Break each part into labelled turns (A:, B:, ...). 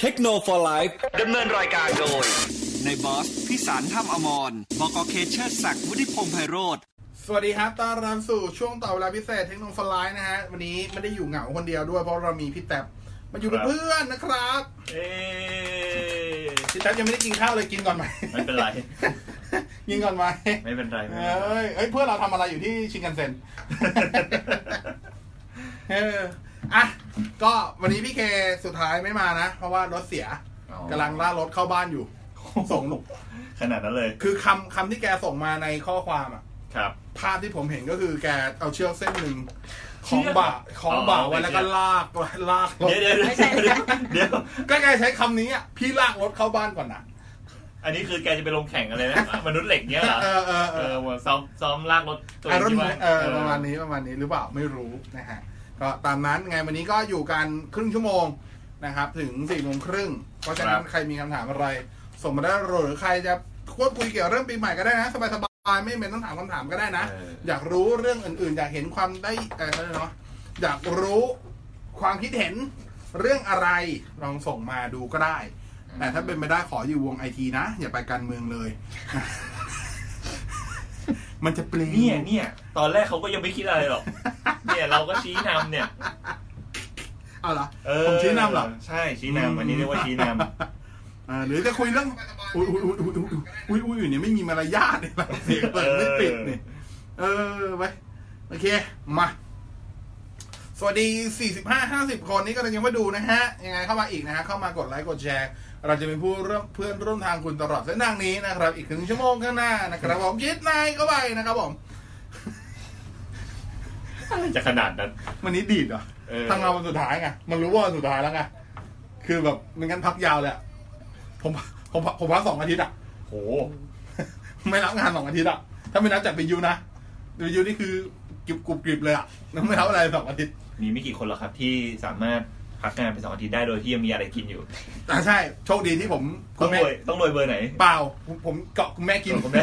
A: เทคโนโลยีไลฟ์
B: ดำเนินรายการโดย
A: ในบอสพิสารถ้ำอมรบกเคเชอร์ศักดิ์วุฒิพงษ์ไพโรธ
C: สวัสดีครับ ต้อนรับสู่ช่วงต่อเวลาพิเศษเทคโนโลยีนะฮะ วันนี้ไม่ได้อยู่เหงาคนเดียวด้วยเพราะเรามีพี่แท็บมาอยู่เป็น
D: ครับ
C: เพื่อนนะครับ
D: เอ้ย
C: พี่แท็บยังไม่ได้กินข้าวเลยกินก่อนไหม
D: ไม่เป็นไร
C: กินก่อนไหม
D: ไม่เป็นไร
C: เอ
D: ไม่เป็นไร
C: ้ยเอ้ย เพื่อนเราทำอะไรอยู่ที่ชินกันเซ็น เอออ่ะ ก็วันนี้พี่เคสุดท้ายไม่มานะ เพราะว่ารถเสีย
D: อ๋อ
C: กำลังล่ารถเข้าบ้าน อยู่ ส่งลูก
D: ขนาดนั้นเลย
C: คือคำคำที่แกส่งมาในข้อความอ่ะ
D: ครับ
C: ภาพที่ผมเห็นก็คือแกเอาเชือกเส้นหนึ่ง
D: เชื
C: ขอ
D: อ
C: ก งบ่าของบ่า
D: อ๋อ
C: ไว้แล้วก็
D: เชือก
C: ลากไว้ลากรถ
D: เดี๋ยวเดี๋ยวเดี๋ยวเดี๋ยวเดี๋ยว
C: ก็แกใช้คำนี้อ่ะพี่ลากรถเข้าบ้านก่อนนะ
D: อันนี้คือแกจะไปลงแข่งอะไร นะมนุษย์เหล็กเนี้ยเหรอ
C: เออเออเ
D: เอ
C: ออ
D: อซ้อมซ้อมลากรถตัว
C: ไอรอน
D: ที่ว่า
C: เออประมาณนี้ประมาณนี้หรือเปล่าไม่รู้นะฮะก็ตามนั้นไงวันนี้ก็อยู่กันครึ่งชั่วโมงนะครับ ถึงสี่โมงครึ่งเพราะฉะนั้นใครมีคำถามอะไร ส่งมาได้หรือใครจะควบคุยเกี่ยวเรื่องปีใหม่ก็ได้นะสบายๆไม่เป็นต้องถามคำถามก็ได้นะ
D: เออ
C: อยากรู้เรื่องอื่นๆ อยากเห็นความได้เออเนาะอยากรู้ความคิดเห็นเรื่องอะไรลองส่งมาดูก็ได้ แต่ถ้าเป็นไม่ได้ขออยู่วงไอทีนะ อย่าไปการเมืองเลย มันจะเปลี่ย
D: เนี่ยเนี่ยตอนแรกเขาก็ยังไม่คิดอะไรหรอก เนี่ยเราก็ชี้นำเนี่ย
C: เอาเหรอ
D: เออ
C: ผมชี้นำเหรอ
D: ใช่ชี้นำอันนี้เรียกว่าชี้นำ
C: อ่าหรือจะคุยเรื่องอุ้ยอุ้ยอุ้ยอุ้ยอุ้ยอุ้ยเนี่ยไม่มีมารยาทเนี่ยเราเสียงเปิดไม่ปิดเนี่ยเออไปโอเคมาสวัสดี 45 50 คนนี้ก็ยังไม่ดูนะฮะ ยังไงเข้ามาอีกนะฮะ เข้ามากดไลค์กดแชร์ เราจะเป็นผู้ร่วมเพื่อนร่วมทางคุณตลอดเส้นทางนี้นะครับ อีกถึงชั่วโมงข้างหน้านะครับผมยิดนายเข้าไปนะครับผม
D: จะขนาดนั้น
C: วันนี้ดีดเหรอ
D: เออ
C: ทำงานวันสุดท้ายไง มันรู้ว่าวันสุดท้ายแล้วไง คือแบบไม่งั้นพักยาวเลยอะผมผมผมพักสองอาทิตย์อะ
D: โห
C: ไม่รับงานสองอาทิตย์อะถ้าไม่นับจากเป็นยูนะเป็นยูนี่คือกริบกรุบกริบเลยอะไม่รับอะไรสองอาทิตย์
D: มีไม่กี่คนหรอกครับที่สามารถพักงานไปสองอาทิตย์ได้โดยที่ยังมีอะไรกินอยู่
C: อ่าใช่ โชคดีที่ผม
D: ต้อง
C: แม่
D: รวยต้องรวยเบอร์ไหน
C: เปล่าผมผมเกาะคุณแม่กิน
D: เกาะคุณแม่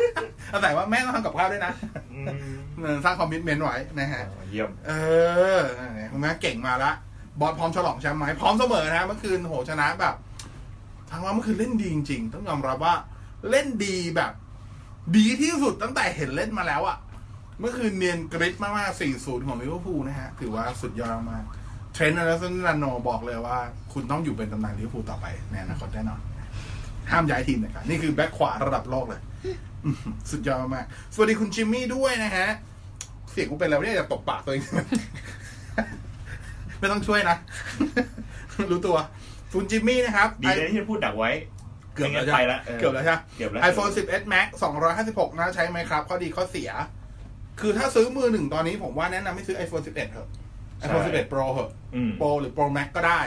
C: เอาแต่ว่าแม่ต้องทำกับข้าวด้วยนะ
D: อืม
C: เออสร้างคอมมิชเมนต์ไว้นะฮะ
D: เยี่ยม
C: เออคุณแม่เก่งมาละ บอสพร้อมฉลองแชมป์ไหมพร้อมเสมอนะเมื่อคืนโหชนะแบบทางว่าเมื่อคืนเล่นดีจริงๆ ต้องยอมรับว่า เล่นดีแบบ ดีที่สุดตั้งแต่เห็นเล่นมาแล้วอะเมื่อคืนเนียนกริดมากๆ 4-0 ของลิเวอร์พูลนะฮะ ถือว่าสุดยอดมากเทรนด์อลสันดาโนบอกเลยว่า คุณต้องอยู่เป็นตำนานลิเวอร์พูลต่อไปในอนาคตแน่นอน ห้ามย้ายทีมเลยครับนี่คือแบ็คขวาระดับโลกเลย อื้อหือสุดยอดมากๆสวัสดีคุณจิมมี่ด้วยนะฮะ เสียงกูเป็นอะไรวะเนี่ยอยากตบปากตัวเอง ไม่ต้องช่วยนะ รู้ตัวคุณจิมมี่นะครับ
D: ดีนะที่จะพูดดักไว้
C: เกือบแล้ว
D: ไม่งั้นไปละ
C: เกือบแล้วใช่ไหม
D: เกือบแล้ว
C: iPhone 11 Max 256 นะใช้ไหมครับ ข้อดีข้อเสีย คือถ้าซื้อมือหนึ่งตอนนี้ผมว่าแนะนำให้ซื้อ iPhone 11เถอะ iPhone
D: ใช่
C: 11 Pro เถอะ
D: อืม
C: Pro หรือ Pro Max ก็ได้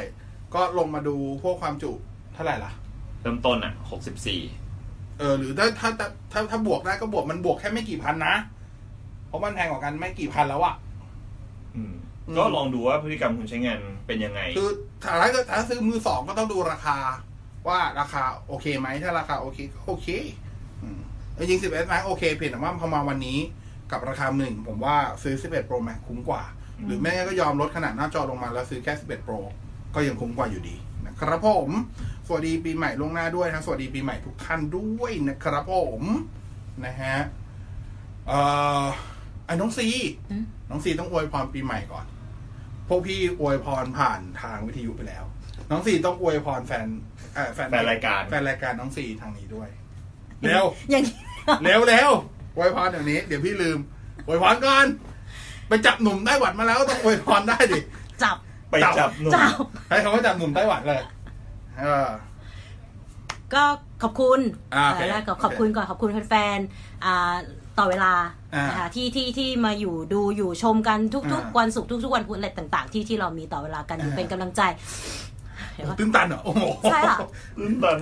C: ก็ลงมาดูพวกความจุเท่าไหร่ล่ะ
D: เริ่มต้นอ่ะหกสิบสี่
C: เออหรือถ้าถ้าถ้าถ้าถ้าบวกได้ก็บวกมันบวกแค่ไม่กี่พันนะ เพราะมันแพงกว่ากันไม่กี่พันแล้วอะ อืม
D: ก็ลองดูว่าพฤติกรรมคุณใช้งานเป็นยังไง
C: คือถ้าถ้าเกิดถ้าซื้อมือสองก็ต้องดูราคา ว่าราคาโอเคไหมถ้าราคาโอเคก็โอเคอืมจริงๆ11 Max โอเคเพียงแต่ว่าพอมาวันนี้กับราคาหนึ่งผมว่าซื้อ 11 Pro Max คุ้มกว่า
D: อืม
C: หรือไม่งั้นก็ยอมลดขนาดหน้าจอลงมาแล้วซื้อแค่ 11 Pro ก็ยังคุ้มกว่าอยู่ดีนะครับผม สวัสดีปีใหม่ล่วงหน้าด้วยนะสวัสดีปีใหม่ทุกท่านด้วยนะครับผมนะฮะเอ่อไอ้น้องซี น้องซีต้องอวยพรปีใหม่ก่อน พวกพี่อวยพรผ่านทางวิทยุไปแล้ว น้องซีต้องอวยพรแฟนเอ่อแฟน
D: แฟนรายการ
C: แฟนรายการน้องซีทางนี้ด้วย เร็ว
E: อย่างนี้
C: เร็วเร็วอวยพรอย่างนี้ เดี๋ยวพี่ลืมอวยพรก่อน ไปจับหนุ่มไต้หวันมาแล้วก็ต้องอวยพรได้ดิ
E: จับ
D: ไปจับหนุ่ม
E: จับ
C: ให้เขาว่าจับหนุ่มไต้หวันเลย เออ
E: ก็ขอบคุณ
C: อ่าโอเค
E: เออแล้วก็
C: โอเค
E: ขอบคุณก่อนขอบคุณแฟนๆอ่าต่อเวลา
C: อ่าน
E: นะคะที่ที่ที่มาอยู่ดูอยู่ชมกันทุก
C: อ่า
E: ๆ วันศุกร์ทุกๆวันพุธอะไรต่างๆ ที่ที่เรามีต่อเวลากันอยู่
C: อ่า
E: เป็นกำลังใจเดี๋ยวก่อน
C: ตื้นตันเหรอโอ้โห
E: ใช่ค่ะ
D: ตื่นตัน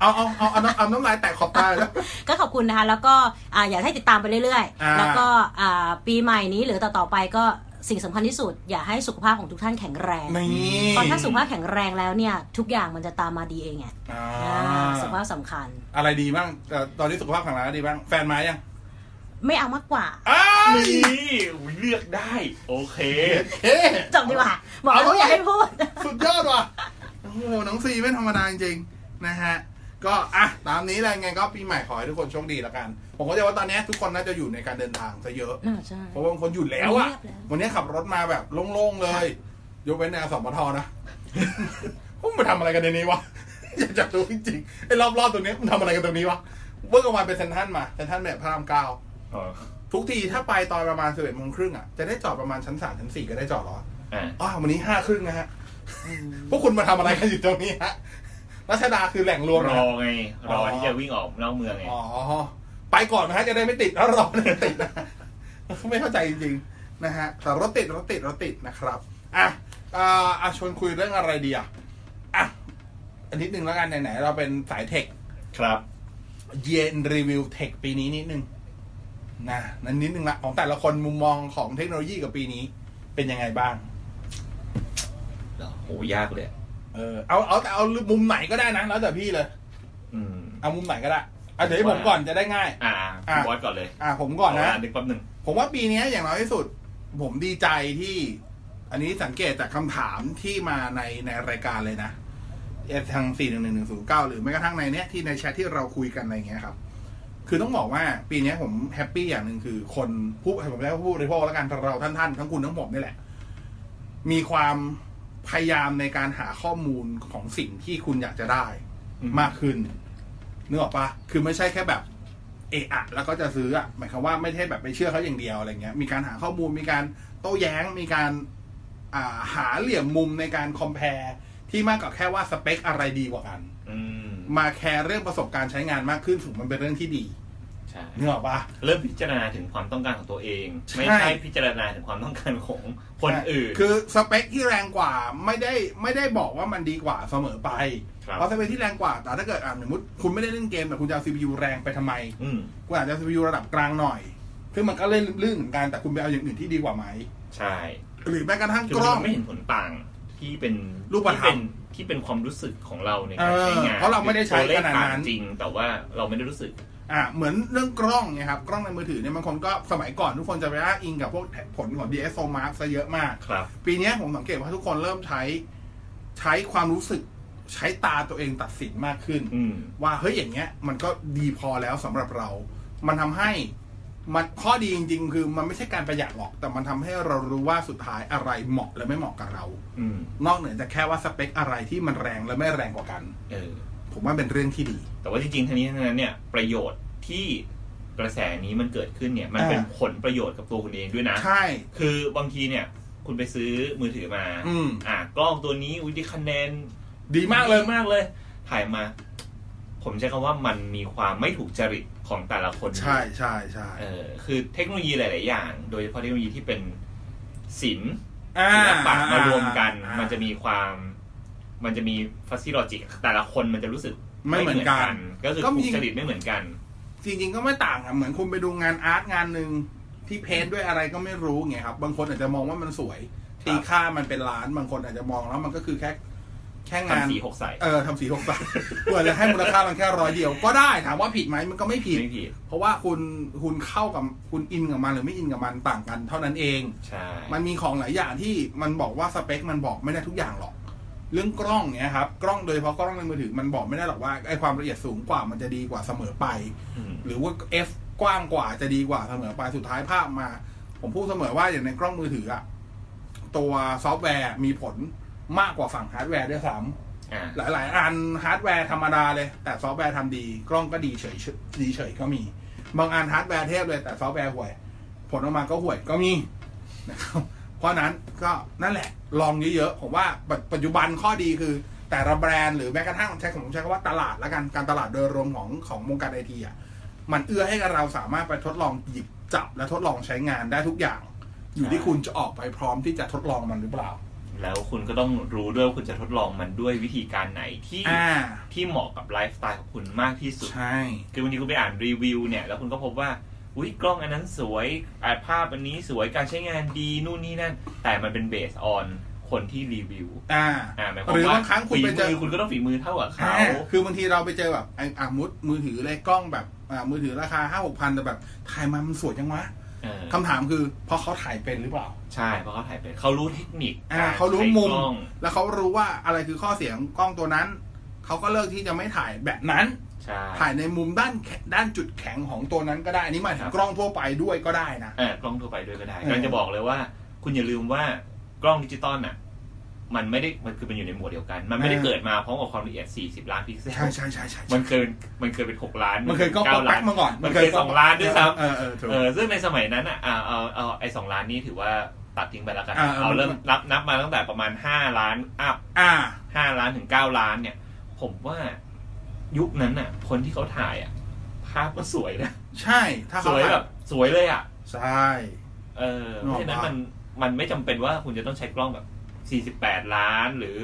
C: เอาเอาเอาเอาน้ำเอาน้ำลายแตกขอบตาเลยแล้ว
E: ก็ขอบคุณนะคะ แล้วก็อ่าอยากให้ติดตามไปเรื่อย
C: อ่า
E: ๆ แล้วก็อ่าปีใหม่นี้หรือต่อๆไปก็สิ่งสำคัญที่สุด อย่าให้สุขภาพของทุกท่านแข็งแรง
C: นี่
E: เพราะถ้าสุขภาพแข็งแรงแล้วเนี่ย ทุกอย่างมันจะตามมาดีเองไง
C: อ่า
E: อ่าสุขภาพสำคัญ
C: อะไรดีบ้างเอ่อตอนนี้สุขภาพแข็งแรงดีบ้าง แฟนมายัง
E: ไม่เอามากกว่า
C: อ้าว
D: นี่อุ๊ยเลือกได้ โอเค
C: เอ๊ะ
E: จบดีกว่าบอกแล้ว
C: เอาเลย
E: ว่าอย่าให้พูด
C: สุดยอดว่ะโอ้โห โอ้โหน้องซีไม่ธรรมดาจริงๆนะฮะ ก็อ่ะตามนี้แหละไงก็ปีใหม่ขอให้ทุกคนโชคดีละกัน ผมเข้าใจว่าตอนนี้ทุกคนน่าจะอยู่ในการเดินทางซะเยอะ
E: น่าใช่
C: เพราะว่าบางคนหยุดแล้วอะ
E: เงียบแล้ว
C: วันนี้ขับรถมาแบบโล่งๆเลย ยกเว้นแนวสมทนะ พวกมันทำอะไรกันในนี้วะ อยากจะรู้จริงๆไอ้รอบๆตรงนี้มันทำอะไรกันตรงนี้วะ เมื่อกลางวันเป็นเซนทรันมาเซนทรันแบบพระรามเก้า
D: อ๋อ
C: ทุกทีถ้าไปตอนประมาณสิบเอ็ดโมงครึ่งอ่ะ จะได้จอดประมาณชั้นสามชั้นสี่ก็ได้จอดเหรอ
D: อ่า
C: อ๋อวันนี้ห้าครึ่งนะฮะ พวกคุณมาทำอะไรกันอยู่ตรงนี้ฮะ รัชดาคือแหล่งรวม
D: ร
C: นะ
D: อ
C: ฮะ
D: ไง รอ
C: อ
D: ที่จะวิ่งออกนอกเมืองไง
C: อ๋อ ไปก่อนนะฮะจะได้ไม่ติดแล้วรอไม่ติดนะไม่เข้าใจจริงๆนะฮะแต่รถติดรถติดรถติดนะครับอ่ะเอ่ออ่ะชวนคุยเรื่องอะไรดีอ่ะอ่ะอันนิดนึงแล้วกันไหนๆเราเป็นสายเทค
D: ครับ
C: เย็นรีวิวเทคปีนี้นิดนึงนะนั่นนิดนึงละของแต่ละคนมุมมองของเทคโนโลยีกับปีนี้ เป็นยังไงบ้าง
D: เหรอโหยากเลย
C: เออเอาเอาแต่เอามุมไหนก็ได้นะแล้วแต่พี่เลย
D: อืม
C: เอามุมไหนก็ได้อ่ะเดี๋ยวให้ผมก่อนจะได้ง่าย
D: อ่า
C: อ่ะ
D: บอสก่อนเลย
C: อ่ะผมก่อน
D: ข
C: นะ
D: เวลานึกแป๊บหนึ่ง
C: ผมว่าปีนี้อย่างน้อยที่สุด ผมดีใจที่ อันนี้สังเกตจากคำถามที่มาในในรายการเลยนะเอ่อทาง 4 1 1 1 0 9 หรือแม้กระทั่งในเนี้ยที่ในแชทที่เราคุยกันอะไรเงี้ยครับ คือต้องบอกว่าปีนี้ผมแฮปปี้อย่างหนึ่งคือ คนผู้ผมเรียกว่าผู้บริโภคแล้วกันเราท่านท่านๆทั้งคุณทั้งผมนี่แหละ มีความพยายามในการหาข้อมูลของสิ่งที่คุณอยากจะได้ มากขึ้นนึกออกปะคือไม่ใช่แค่แบบ เอะอะแล้วก็จะซื้ออะหมายความว่าไม่ใช่แบบไปเชื่อเขาอย่างเดียวอะไรเงี้ย มีการหาข้อมูล มีการโต้แย้ง มีการอ่าหาเหลี่ยมมุมในการคอมเพลที่มากกว่าแค่ว่าสเปคอะไรดีกว่ากัน
D: อืม
C: มาแคร์เรื่องประสบการณ์ใช้งานมากขึ้นถึงมันเป็นเรื่องที่ดี
D: ใช่
C: นึกออกปะ
D: เริ่มพิจารณาถึงความต้องการของตัวเอง
C: ใช่
D: ไม่ใช่พิจารณาถึงความต้องการของคนอื่น
C: คือสเปคที่แรงกว่าไม่ได้ไม่ได้บอกว่ามันดีกว่าเสมอไป
D: ครับ
C: เพราะสเปคที่แรงกว่าแต่ถ้าเกิดอ่าสมมติคุณไม่ได้เล่นเกมแต่คุณจะเอา CPU แรงไปทำไม
D: อืม
C: คุณอาจจะ CPU ระดับกลางหน่อยซึ่งมันก็เล่นลื่นเหมือนกันแต่คุณไปเอาอย่างอื่นที่ดีกว่าไหม
D: ใช่
C: หรือแม้กระทั่ง
D: คื
C: ก
D: อ
C: ล้อ
D: มั
C: ง
D: นไม่เห็นผลต่างที่เป็น
C: รูปธรรม
D: ที่เป็นที่เป็นความรู้สึกของเราในกา
C: เอ
D: ร
C: อ
D: ใช้งาน
C: เพราะเราไม่ได้ใช้
D: ตัวเลข
C: ขนาดนั้น
D: ต่งจริง แต่ว่าเราไม่ได้รู้สึก
C: อ่าเหมือนเรื่องกล้องเนี่ยครับ กล้องในมือถือเนี่ยบางคนก็สมัยก่อนทุกคนจะไปอ้างอิงกับพวกผลของ DSO Mark ซะเยอะมาก
D: ครับ
C: ปีเนี้ยผมสังเกตว่าทุกคนเริ่มใช้ใช้ความรู้สึกใช้ตาตัวเองตัดสินมากขึ้น
D: อืม
C: ว่าเฮ้ยอย่างเงี้ย มันก็ดีพอแล้วสำหรับเรา มันทำให้มันข้อดีจริง ๆ คือมันไม่ใช่การประหยัดหรอก แต่มันทำให้เรารู้ว่าสุดท้ายอะไรเหมาะและไม่เหมาะกับเรา
D: อืม
C: นอกเหนือจากแค่ว่าสเปคอะไรที่มันแรงและไม่แรงกว่ากัน
D: เออ
C: ผมว่าเป็นเรื่องที่ดี
D: แต่ว่าจริงๆ ทั้งนี้ทั้งนั้นเนี่ยประโยชน์ที่กระแสนี้มันเกิดขึ้นเนี่ย มัน
C: อ่า
D: เป็นผลประโยชน์กับตัวคุณเองด้วยนะ
C: ใช่
D: คือบางทีเนี่ย คุณไปซื้อมือถือมา
C: อืม
D: อ่ะกล้องตัวนี้อุ้ยได้คะแนน
C: ดีมากเลย
D: มากเลย ถ่ายมา ผมใช้คำว่ามันมีความไม่ถูกจริตของแต่ละคน
C: ใช่ใช่ใช่
D: เออคือเทคโนโลยีหลาย ๆ อย่าง โดยเฉพาะเทคโนโลยีที่เป็นศิลป์
C: อ่า
D: ศิลปะมารวมกัน
C: อ่า
D: มันจะมีความ มันจะมีฟัซซี่ลอจิกแต่ละคนมันจะรู้สึก
C: ไม่เหมือนกัน
D: ก็คือ
C: ก็มี
D: ถูกจริตไม่เหมือนกัน
C: จริง ๆ ก็ไม่ต่างอ่ะเหมือนคุณไปดูงานอาร์ตงานหนึ่งที่เพ้นท์ด้วยอะไรก็ไม่รู้ไงครับ บางคนอาจจะมองว่ามันสวย
D: ครับ
C: ตีค่ามันเป็นล้านบางคนอาจจะมองแล้วมันก็คือแค่แค่งาน
D: ทำสีหกใส
C: เออทำสีห กบาทเพื่อจะให้มูลค่ามันแค่ร้อยเดียว ก็ได้ถามว่าผิดไหมมันก็ไม่ผิด
D: ไม่ผิด
C: เพราะว่าคุณคุณเข้ากับคุณอินกับมันหรือไม่อินกับมันต่างกัน เท่านั้นเอง
D: ใช่
C: มันมีของหลายอย่างที่มันบอกว่าสเปคมันบอกไม่ได้ทุกอย่างหรอก เรื่องกล้องเนี่ยครับ กล้องโดยเฉพาะกล้องในมือถือมันบอกไม่ได้หรอกว่าไอความละเอียดสูงกว่ามันจะดีกว่าเสมอไป
D: อืม
C: หรือว่า f กว้างกว่าจะดีกว่าเสมอไปสุดท้ายภาพมา ผมพูดเสมอว่าอย่างในกล้องมือถืออะตัวซอฟต์แวร์มีผลมากกว่าฝั่งฮาร์ดแวร์ด้วยซ้
D: อ่า
C: ำหลาย ๆ อันฮาร์ดแวร์ธรรมดาเลย แต่ซอฟต์แวร์ทำดี กล้องก็ดีเฉยๆดีเฉยก็มี บางอันฮาร์ดแวร์เทพเลยแต่ซอฟต์แวร์ห่วย ผลออกมาก็ห่วยก็มีนะครับเพราะฉะนั้นก็นั่นแหละลองเยอะๆผมว่าปัจปัจจุบันข้อดีคือ แต่ละแบรนด์หรือแม้กระทั่งใช้ผมใช้คำว่าตลาดละกันการตลาดโดยรวมของของวงการไอทีอ่ะมันเอื้อให้กับเราสามารถไปทดลองหยิบจับและทดลองใช้งานได้ทุกอย่าง อยู่
D: ใช่
C: ที่คุณจะออกไปพร้อมที่จะทดลองมันหรือเปล่า
D: แล้วคุณก็ต้องรู้ด้วยว่าคุณจะทดลองมันด้วยวิธีการไหนที่
C: อ่า
D: ที่เหมาะกับไลฟ์สไตล์ของคุณมากที่สุด
C: ใช่
D: คือวันนี้คุณไปอ่านรีวิวเนี่ย แล้วคุณก็พบว่า อุ้ยกล้องอันนั้นสวยอาภาพอันนี้สวยการใช้งานดีนู่นนี่นั่น แต่มันเป็นเบสออนคนที่รีวิว
C: อ่า
D: อ่าหมายความ
C: หรือบา
D: ว่าง
C: ครั้งคุณ
D: ฝี
C: ไปเจ
D: มื
C: อ
D: อคุณก็ต้องฝีมือเท่ากับเขา
C: อ่คือบางทีเราไปเจอแบบไอ้อ่ะมุดมือถือเลยกล้องแบบอ่ะมือถือราคาห้าหกพันแต่แบบถ่ายมามันสวยจังวะ
D: เออ
C: คำถามคือเพราะเขาถ่ายเป็นหรือเปล่า
D: ใช่เพราะเขาถ่ายเป็นเขารู้เทคนิค
C: อ่าก เขารู้
D: ใช้
C: มุม
D: กล้อง
C: แล้วเขารู้ว่าอะไรคือข้อเสียของกล้องตัวนั้น เขาก็เลิกที่จะไม่ถ่ายแบบนั้น
D: ใช่
C: ถ่ายในมุมด้านแขด้านจุดแข็งของตัวนั้นก็ได้ อันนี้หมายถึงกล้องทั่วไปด้วยก็ได้นะ
D: เออกล้องทั่วไปด้วยก็ได้
C: เออ
D: กำลังจะบอกเลยว่า คุณอย่าลืมว่ากล้องดิจิตอลน่ะ มันไม่ได้มันคือมันอยู่ในหมวดเดียวกัน มันไม่ได้เกิดมาพร้อมกับความละเอียด 40 ล้านพิกเซล
C: ใช่ใช่ใช่ใช่
D: มันเคยมันเคยเป็น6ล้าน
C: มันเคยกล้อง
D: เก้า
C: แป๊
D: ล้าก น
C: มาก่อน
D: มันเคยสองล้านด้วยซ้ำ
C: เออเออถูก
D: เออซึ่งในสมัยนั้นอ่ะอ่าเอาเอาไอ้สองล้านนี้ถือว่าตัดทิ้งไปแล้วกัน
C: อ่าเอา
D: เอาเริ่มนับนับมาตั้งแต่ประมาณห้าล้านอัพ
C: อ่า
D: ห้าล้านถึงเก้าล้านเนี่ย ผมว่ายุคนั้นอ่ะ คนที่เขาถ่ายอ่ะ ภาพก็สวยนะ
C: ใช่ถ้า
D: ส
C: เขา
D: วยแบบสวยเลยอ่ะ
C: ใช่
D: เออเพราะฉะนั้นมันมันไม่จำเป็นว่าคุณจะต้องใช้กล้องแบบสี่สิบแปดล้านหรือ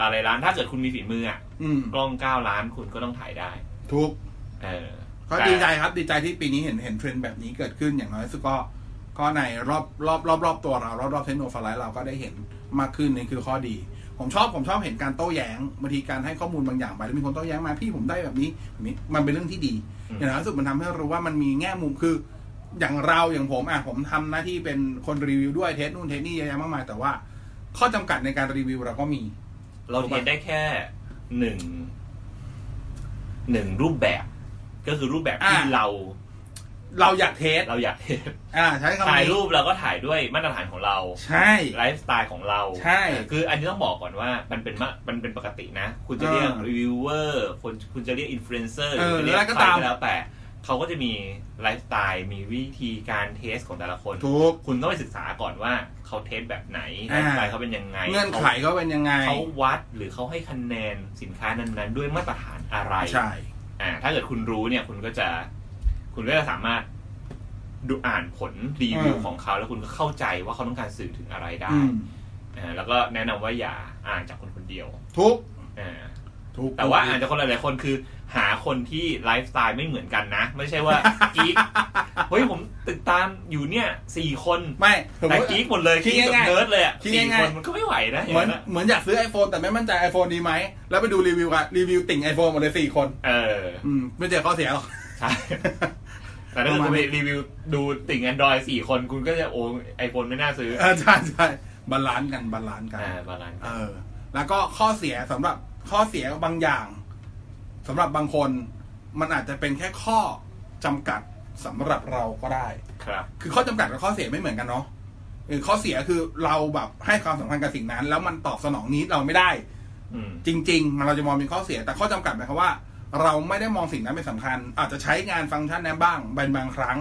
D: อะไรล้านถ้าเกิดคุณมีฝีมืออ่ะ
C: อืม
D: กล้องเก้าล้านคุณก็ต้องถ่ายได้
C: ถูก
D: เออ
C: ก็ดีใจครับดีใจที่ปีนี้เห็นเห็นเทรนด์แบบนี้เกิดขึ้นอย่างน้อยที่สุดก็ก็ในรอบรอบรอบรอบตัวเรา รอบรอบเทคโนโลยีเราก็ได้เห็นมากขึ้นนี่คือข้อดี ผมชอบผมชอบเห็นการโต้แย้งบางทีการให้ข้อมูลบางอย่างไปแล้วมีคนโต้แย้งมาพี่ผมได้แบบนี้แบบนี้มันเป็นเรื่องที่ดี อย่างน้อยที่สุดมันทำให้รู้ว่ามันมีแง่มุมคือ อย่างเราอย่างผมอ่ะผมทำหน้าที่เป็นคนรีวิวด้วยเทสนู่นเทสนี่เยอะแยะมากมายแต่ว่า ข้อจำกัดในการรีวิวเราก็มี
D: เราเห็นได้แค่หนึ่งหนึ่งรูปแบบ ก็คือรูปแบบที่
C: อ่า
D: เรา
C: เราอยากเทส
D: เราอยากเห็น
C: อ่าใช้คำนี้
D: ถ่ายรูปเราก็ถ่ายด้วยมาตรฐานของเรา
C: ใช่
D: ไลฟ์สไตล์ของเรา
C: ใช่
D: คืออันนี้ต้องบอกก่อนว่ามันเป็นมามันเป็นปกตินะ คุณจะเรียก
C: อ่า
D: รีวิวเวอร์คนคุณจะเรียกอินฟลูเอนเซอร์
C: เออ
D: จะเรีย
C: แล้
D: ก
C: วก็
D: ใคร
C: ตาม
D: ก็แล้วแต่เขาก็จะมีไลฟ์สไตล์มีวิธีการเทสของแต่ละคน
C: ถูก
D: คุณต้องไปศึกษาก่อนว่าเขาเทสแบบไหนไล
C: อ่า
D: ฟ์สไตล์เขาเป็นยังไง
C: เงื่อนไขก็เป็นยังไง
D: เขาเขาวัดหรือเขาให้คะแนนสินค้านั้นๆ ด้วยมาตรฐานอะไร
C: ใช่
D: อ่าถ้าเกิดคุณรู้เนี่ยคุณก็จะ คุณก็จะสามารถดูอ่านผลรีวิว
C: อืม
D: ของเขา แล้วคุณก็เข้าใจว่าเขาต้องการสื่อถึงอะไรได้
C: อืม
D: อ่าแล้วก็แนะนำว่าอย่าอ่านจากคนคนเดียว
C: ทุก
D: อ่า
C: ทุก
D: แต่ว่าอ่านจากคนหลายๆคนคือ หาคนที่ไลฟ์สไตล์ไม่เหมือนกันนะ ไม่ใช่ว่า กิ๊กเฮ้ยผมติดตามอยู่เนี่ยสี่คน
C: ไม่สม
D: แต่
C: มติ
D: กิ๊กหมดเลย
C: คิด
D: กิ๊กกับ
C: ง่ายๆ
D: เนิร์ดเลยอะ
C: คิด
D: สี่
C: ง่ายๆ
D: คนมันก็ไม่ไหวนะอย่าง
C: เหมือน
D: นั้นอะ
C: เหมือนอยากซื้อ iPhone แต่ไม่มั่นใจ iPhone ดีไหม แล้วไปดูรีวิวอะรีวิวติ่ง iPhone หมดเลยสี่คน
D: เออ
C: อืม ไม่เจอข้อเสียหรอก
D: ใช่ แต่ถ้าเกิดคุณไปรีวิวดูติ่งแอนดรอยสี่คนคุณก็จะโอ้ไอโฟนไม่น่าซื้อ
C: เออใช่ใช่บาลานซ์กันบาลานซ์กัน
D: อ่าบาลานซ์
C: เออ แล้วก็ข้อเสียสำหรับข้อเสียบางอย่างสำหรับบางคน มันอาจจะเป็นแค่ข้อจำกัดสำหรับเราก็ได้
D: ครับ
C: คือข้อจำกัดกับข้อเสียไม่เหมือนกันเนาะเออข้อเสียคือเราแบบให้ความสำคัญกับสิ่งนั้น แล้วมันตอบสนองนี้เราไม่ได้
D: อืม
C: จริงๆ มันเราจะมองเป็นข้อเสีย แต่ข้อจำกัดหมายความว่า เราไม่ได้มองสิ่งนั้นเป็นสำคัญ อาจจะใช้งานฟังก์ชันนั้นบ้างเป็นบางครั้ง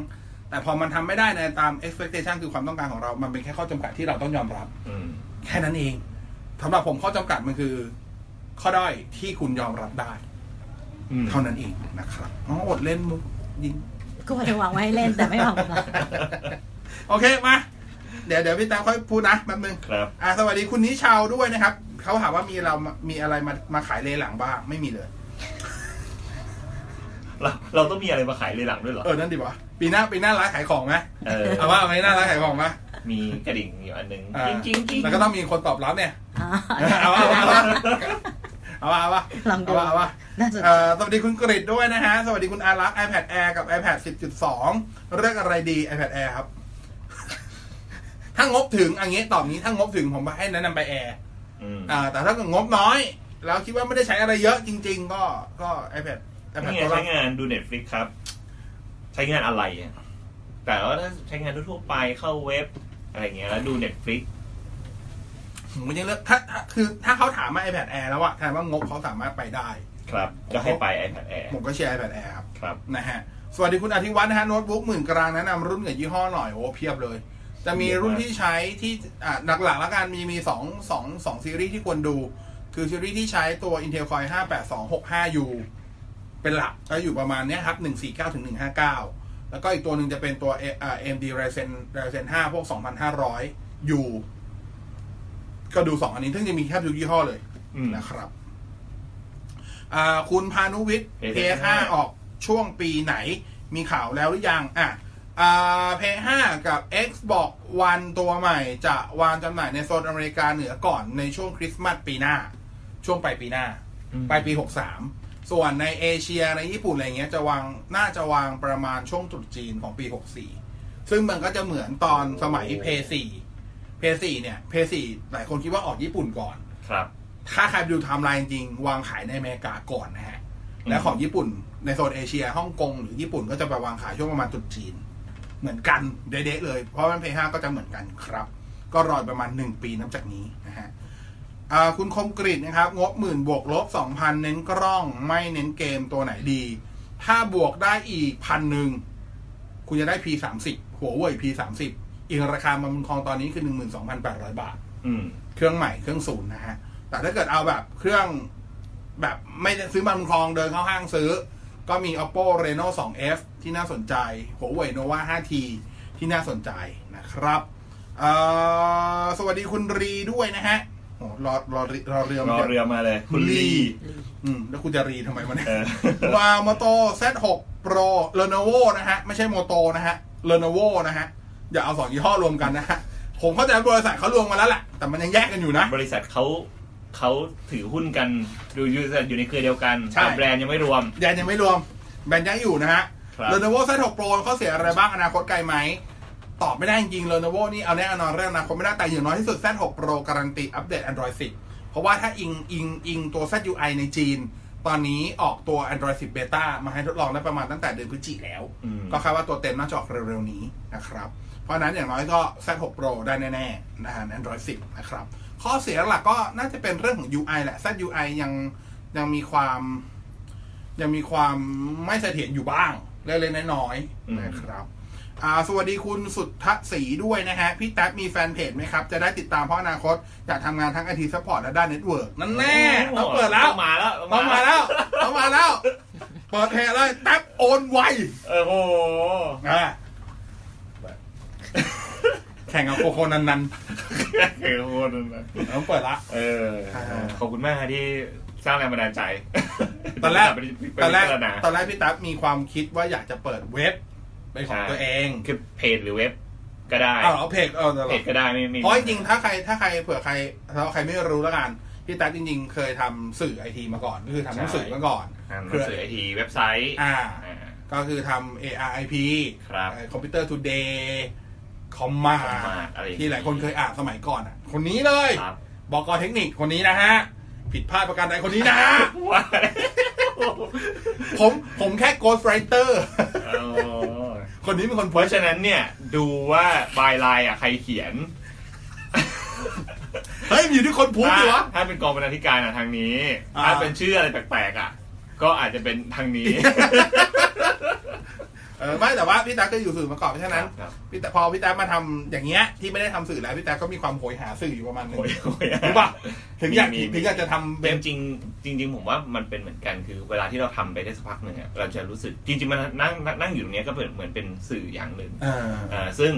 C: แต่พอมันทำไม่ได้ในตาม expectation คือความต้องการของเรา มันเป็นแค่ข้อจำกัดที่เราต้องยอมรับ
D: อืม
C: แค่นั้นเองสำหรับผมข้อจำกัดมันคือ ข้อด้อยที่คุณยอมรับได้
D: อืม
C: เท่านั้นเองนะครับอ๋ออดเล่นมุกยิง
E: ก็ว่าจะวางไว้ให้เล่นแต่ไม่วางกับเรา
C: โอเคมาเดี๋ยวเดี๋ยวพี่ตาค่อยพูดนะแป๊บนึง
D: ครับ
C: อ่ะสวัสดีคุณนิชาวด้วยนะครับเขาถามว่ามีเรามีอะไรมามาขายเลหลังบ้างไม่มีเลย
D: เราเราต้องมีอะไรมาขายเลยหลังด้วยเหรอ
C: เออ นั่นดีวะปีหน้าปีหน้าร้านขายของไหม
D: เออ
C: เอาว่าเอาไหมหน้าร้านขายของไหม
D: มีกระดิ่งอยู่อันหนึง
C: อ่า
D: จริงจริงจริง
C: แล้วก็ต้องมีคนตอบรับเนี่ย
E: อ่า
C: เอาว่าเอาว่าเอาว่าเอาว่า
E: ลองดู
C: เอาว่าเอาว่า
E: น่าสนใจ
C: เอ่อสวัสดีคุณกริดด้วยนะฮะ สวัสดีคุณอารักษ์ iPad Air กับ iPad 10.2 เรื่องอะไรดี iPad Air ครับ ถ้างบถึงอันนี้ตอบงี้ถ้างบถึงผมให้แนะนำไป Air
D: อืม
C: อ่า แต่ถ้าเกิดงบน้อย แล้วคิดว่าไม่ได้ใช้อะไรเยอะจริง ๆ ก็ก็ iPad iPad
D: นี่ไง
C: ตัวละ
D: ใช้งานดูเน็ตฟลิกครับ ใช้งานอะไรอะแต่ว่าถ้าใช้งานทั่วๆไปเข้าเว็บ อะไรเงี้ยแล้วดูเน็ตฟลิก
C: ผมก็ยังเลือกถ้าถ้าคือถ้าเขาถามมา iPad Air แล้วอะแทนว่างบเขาสามารถไปได้
D: ครับ ก็ให้ไป iPad Air
C: ผมก็เชียร์ iPad Air ครับ
D: ครับ
C: นะฮะ สวัสดีคุณอธิวัฒน์นะฮะโน้ตบุ๊กหมื่นกลางแนะนำรุ่นกับยี่ห้อหน่อย โอ้เพียบเลย จะมีรุ่นที่ใช้ที่อ่ะหลักๆแล้วกันมีมีสองสองสองซีรีส์ที่ควรดู คือซีรีส์ที่ใช้ตัว Intel Core i 58265 U เป็นหลักก็อยู่ประมาณเนี้ยครับ 149ถึง159 แล้วก็อีกตัวหนึ่งจะเป็นตัวเอ่อ AMD Ryzen Ryzen 5 พวก 2500 U ก็ดูสองอันนี้ซึ่งจะมีแทบทุกยี่ห้อเลย
D: อืม
C: นะครับ อ่าคุณพานุวิทย์
D: PS5
C: เพย์ห้าออกช่วงปีไหนมีข่าวแล้วหรือยัง อ่ะอ่าเพย์ห้ากับ Xbox One ตัวใหม่จะวางจำหน่ายในโซนอเมริกาเหนือก่อนในช่วงคริสต์มาสปีหน้า ช่วงปลายปีหน้า
D: อืม
C: ปลายปี 63 ส่วนในเอเชียในญี่ปุ่นอะไรเงี้ยจะวางน่าจะวางประมาณช่วงตรุษจีนของปี 64 ซึ่งมันก็จะเหมือนตอนสมัยเพย์สี่เพย์สี่เนี่ยเพย์สี่หลายคนคิดว่าออกญี่ปุ่นก่อน
D: ครับ
C: ถ้าใครไปดูไทม์ไลน์จริงวางขายในอเมริกาก่อนนะฮะ
D: อืม
C: และของญี่ปุ่นในโซนเอเชียฮ่องกงหรือญี่ปุ่นก็จะไปวางขายช่วงประมาณตรุษจีน เหมือนกันเด๊ะๆเลย เพราะมันเพย์ห้าก็จะเหมือนกันครับ ก็รอประมาณ 1 ปีนับจากนี้นะฮะอ่าคุณคมกริตนะครับ งบหมื่นบวกลบ 2,000 เน้นกล้องไม่เน้นเกมตัวไหนดี ถ้าบวกได้อีกพันหนึ่งคุณจะได้ P30 หัวเว่ย P30 อีกราคามันครองตอนนี้คือ 12,800 บาท
D: อืม
C: เครื่องใหม่เครื่องศูนย์นะฮะ แต่ถ้าเกิดเอาแบบเครื่องแบบไม่ได้ซื้อมาบุญครองเดินเข้าห้างซื้อ ก็มี oppo reno 2f ที่น่าสนใจ huawei nova 5t ที่น่าสนใจนะครับเอ่อสวัสดีคุณรีด้วยนะฮะโหรอรอริรอเรือ
D: ร
C: มา
D: อเรือมาเลย คุณลี
C: อืมแล้วคุณจะรีทำไมมันย
D: เออ
C: วาโมโต z6 pro lenovo นะฮะ ไม่ใช่โมโตนะฮะ lenovo นะฮะ อย่าเอาสองยี่ห้อรวมกันนะฮะ ผมเข้าใจว่าบริษัทเขารวมมาแล้วแหละแต่มันยังแยกกันอยู่นะ
D: บริษัทเขาเขาถือหุ้นกันอยู่อยู่อยู่ในเครือเดียวกัน
C: ใช่
D: แต่แบรนด์ยังไม่รวม
C: แดนยังไม่รวม แบนยังอยู่นะฮะ
D: ครับ
C: Lenovo Z6 Pro ข้อเสียอะไรบ้างอนาคตไกลไหม ตอบไม่ได้จริงๆ Lenovo นี่เอาแน่เอานอนเรื่องอนาคตไม่ได้ แต่อย่างน้อยที่สุด Z6 Pro การันตีอัปเดต Android 10 เพราะว่าถ้าอิงอิงอิงตัว ZUI ในจีน ตอนนี้ออกตัว Android 10 Beta มาให้ทดลองได้ประมาณตั้งแต่เดือนพฤศจิกายนแล้ว
D: อืม
C: ก็คาดว่าตัวเต็มน่าจะออกเร็วๆนี้นะครับ เพราะฉะนั้นอย่างน้อยก็ Z6 Pro ได้แน่ๆนะฮะ Android 10 นะครับ ข้อเสียหลักก็น่าจะเป็นเรื่องของ UI แหละ ZUI ยังยังมีความ ยังมีความไม่เสถียรอยู่บ้าง เล็กๆน้อย
D: อืม
C: ๆนะครับอ่าสวัสดีคุณสุทธศรีด้วยนะฮะ พี่แท็บมีแฟนเพจไหมครับ จะได้ติดตามเพราะอนาคตอยากทำงานทั้งไอทีซัพพอร์ตและด้านเน็ตเวิร์กนั่นแน่ต้องเปิดแล้ว
D: ต้องมาแล้ว
C: ต้องมาแล้ว ต้องมาแล้ว เปิดเพจเลยแท็บโอนไว
D: โอ้โห
C: อ่าแข่งกับโคโคนันนัน
D: เออโคตรนั่นนะ
C: ต้องเปิดละ
D: เออ
C: อ่า
D: ขอบคุณมากครับที่สร้างแรงบันดาลใจ
C: ตอนแรก
D: ไปพิ
C: ตอนแรก
D: จาณา
C: ตอนแรกพี่ตั๊บมีความคิดว่าอยากจะเปิดเว็บเป็นของ
D: ใช่
C: ตัวเอง
D: คือเพจหรือเว็บก็ได้
C: เอาเอาเพจเอาเอา
D: เพจก็ได้ไม่ไม่
C: เพราะจริงๆถ้าใครถ้าใครเผื่อใครถ้าใครไม่รู้แล้วกันพี่ตั๊บจริง ๆ เคยทำสื่อไอทีมาก่อนก็คือทำหนังสือมาก่อน
D: อ่านหนั
C: เครื
D: ง
C: อ
D: สือไอทีเว็บไซต์
C: อ่า
D: อ่า
C: ก็คือทำ ARIP
D: ครับ
C: คอมพิวเตอร์ทูเดย์คอมมา
D: สามารถอะไรอง
C: ที่หลายคนเคยอ่านสมัยก่อนอ่ะ คนนี้เลย
D: ครับ
C: บอกกอเทคนิคคนนี้นะฮะ ผิดพลาดประการใดคนนี้นะ
D: ว่า
C: ผมผมแค่ Ghost Writer
D: เออ
C: คนนี้เป็นคน
D: เพ
C: เพิ
D: ราะฉะนั้นเนี่ย ดูว่าบายไลน์อ่ะใครเขียน
C: เฮ้ยอยู่ที่คนพูดดิวะ
D: ถ้าถ้าเป็นกองบรรณาธิการอ่ะทางนี้
C: อ่า
D: ถ้าเป็นชื่ออะไรแปลกๆอ่ะ ก็อาจจะเป็นทางนี้
C: เออไม่แต่ว่าพี่ตาก็อยู่สื่อมาก่อนเพราะฉะนั้น
D: ครับ
C: พี่ตาพอพี่ตามาทำอย่างเงี้ยที่ไม่ได้ทำสื่อแล้วพี่ตาก็มีความโหยหาสื่ออยู่ประมาณหนึง
D: โอ้ยโอ้ย
C: รู้ป่ะถึงอยาก
D: มีมี
C: ถึงอยากจะทำเว็บ
D: จริงจริงจริง ๆ ผมว่ามันเป็นเหมือนกันคือเวลาที่เราทำไปได้สักพักหนึ่งอ่ะเราจะรู้สึกจริงๆมันนั่งนั่งนั่งอยู่ตรงเนี้ยก็เหมือนเหมือนเป็นสื่ออย่างหนึ่ง
C: เออ
D: อ่าซึ่ง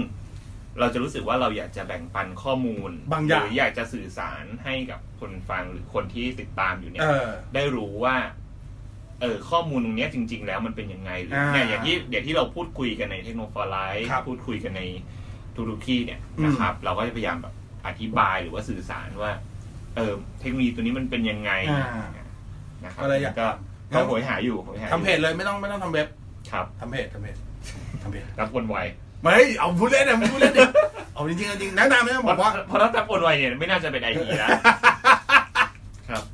D: เราจะรู้สึกว่าเราอยากจะแบ่งปันข้อมูล
C: บางอย่าง
D: หรืออยากจะสื่อสารให้กับคนฟังหรือคนที่ติดตามอยู่เนี่ย
C: เออ
D: ได้รู้ว่า เออข้อมูลตรงเนี้ยจริง ๆ แล้วมันเป็นยังไงหรือ
C: อ่า
D: เนี่ยอย่างที่เดี๋ยวที่เราพูดคุยกันในเทคโนโลยีไลท์
C: ครับ
D: พูดคุยกันในทุกๆที่เนี่ยนะครับ เราก็จะพยายามแบบอธิบายหรือว่าสื่อสารว่า เออเทคโนโลยีตัวนี้มันเป็นยังไง
C: อ่า
D: นะครั
C: ก็เลยอยาก
D: ก็
C: งั้
D: ก็
C: น
D: โหยหาอยู่โหยหาอ
C: ทำ
D: ยู่
C: เพจเลยไม่ต้องไม่ต้องทำเว็บ
D: ครับ
C: ทำเพจทำเพจทำเพจ
D: รับคนไว
C: ไม่เอาพูดเล่นนะมึงพูดเล่นดิเอาจริงๆเอาจริงแนะนำนะ
D: เพ
C: ผม
D: ราะ
C: ว่า
D: เพราะรับคนไวเนี่ยไม่น่าจะเป็นไอที แล้วครับ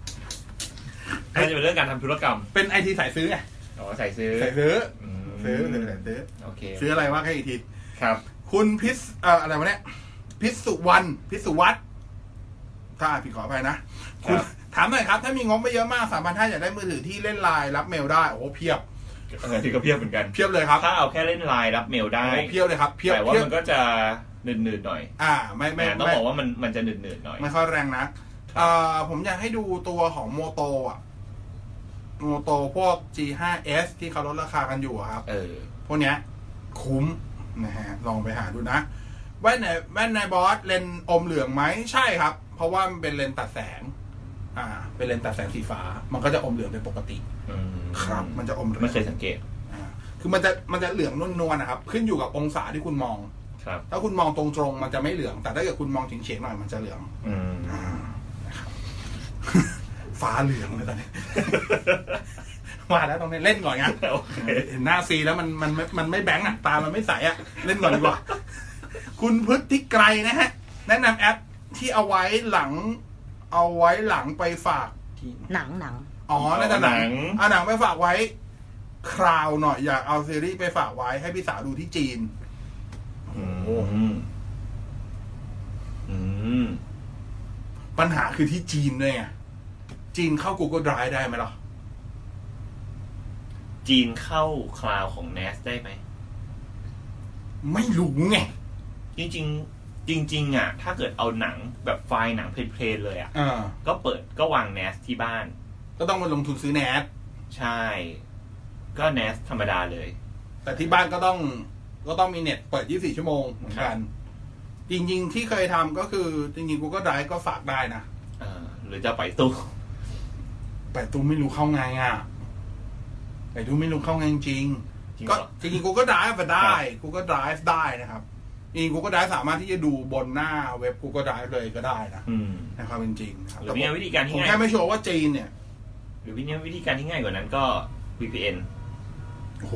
D: น่าจะเป็นเรื่องการทำธุรกรรม
C: เป็นไอทีสายซื้อไง
D: อ๋อใส่ซื้อ
C: สายซื้อ
D: ม
C: ซื้อซื้อสายซื้อ
D: โอเค
C: ซื้ออะไรวะแค่อีกที
D: ครับ
C: คุณพิษเอ่ออะไรวะเนี่ยพิษสุวรรณพิษสุวัตถ้าอ่านผิดขออภัยนะ
D: ครั
C: คุ
D: บ
C: ณถามหน่อยครับ ถ้ามีงบไม่เยอะมากสามพันห้าอยากได้มือถือที่เล่นไลน์รับเมลได้ โอ้โหเพียบ
D: เออที่ก็เพียบเหมือนกัน
C: เพียบเลยครับ
D: ถ้าเอาแค่เล่นไลน์รับเมลได้
C: โอ้โหเพียบเลยครับ เพียบ
D: แต่ว่า
C: เพียบ
D: มันก็จะหนืดๆหน่อย
C: อ่า ไม่ไม่
D: แต่ต้อง
C: ไม่
D: บอกว่ามันมันจะหนืดๆหน่อย
C: ไม่ค่อยแรงนะเอ่อผมอยากให้ดูตัวของโมโตอ่ะโมโตพวก G5S ที่เขาลดราคากันอยู่อะครับ
D: เออ
C: พวกเนี้ยคุ้มนะฮะลองไปหาดูนะแว่นไหนแว่นในบอสเลนส์อมเหลืองไหมใช่ครับ เพราะว่ามันเป็นเลนส์ตัดแสง อ่า เป็นเลนส์ตัดแสงสีฟ้า มันก็จะอมเหลืองเป็นปกติ
D: อื
C: ครับ มันจะอมเหลือง
D: ไม่เคยสังเกต
C: อ่าคือมันจะมันจะเหลืองนวลๆนะครับ ขึ้นอยู่กับองศาที่คุณมอง
D: ครับ
C: ถ้าคุณมองตรงๆมันจะไม่เหลือง แต่ถ้าเกิดคุณมองเฉียงๆหน่อยมันจะเหลือง
D: อืม
C: อ่านะครับ ฟ้าเหลืองเลยตอนนี้ ว่าแล้วต้องเล่นก่อนงั้น
D: โอเค
C: เห็นหน้าซีแล้วมันมันมันมันไม่แบงค์อ่ะตามันไม่ใสอ่ะ เล่นก่อนดีกว่า คุณพฤทธิไกรนะฮะ แนะนำแอปที่เอาไว้หลัง เอาไว้หลังไปฝาก
E: หนังหนัง
C: อ๋อน่าจะหนั
D: หนั
C: ง
D: ง
C: เอาหนังไปฝากไว้ คราวหน่อยอยากเอาซีรีส์ไปฝากไว้ให้พี่สาวดูที่จีน
D: อืมอืม
C: ปัญหาคือที่จีนด้วยไงจีนเข้า Google Drive ได้ไหมล่ะ
D: จีนเข้าคลาวของ NAS ได้ไหม
C: ไม่รู้ไง
D: จริงๆ จริง ๆ อ่ะ ถ้าเกิดเอาหนังแบบไฟล์หนังเพลนๆเลยอ่ะ
C: เออ
D: ก็เปิดก็วาง NAS ที่บ้าน
C: ก็ต้องมาลงทุนซื้อแนท
D: ใช่ ก็ NAS ธรรมดาเลย
C: แต่ที่บ้านก็ต้อง ก็ต้องมีเน็ตเปิด 24 ชั่วโมงเหมือนกัน จริง ๆ ที่เคยทำก็คือ จริง ๆ Google Drive ก็ฝากได้นะ
D: เออหรือจะปล่อยตู้
C: แต่ตูไม่รู้เข้าไงอ่ะแต่ตูไม่รู้เข้าไงจริงๆ
D: จริงเหรอ
C: ก็จริงๆ Google Drive อะได้ Google Drive ได้นะครับจริงๆ Google Drive สามารถที่จะดูบนหน้าเว็บ Google Drive เลยก็ได้นะ
D: อืม
C: ในความเป็นจริงนะครับ
D: หรื
C: แต่
D: อมีวิธีการที่
C: ผม
D: ง่าย
C: แค่ไม่ชัวร์ว่าจีนเนี่ย
D: หรือวิธีวิธีการที่ง่ายกว่านั้นก็ VPN
C: โอ้โห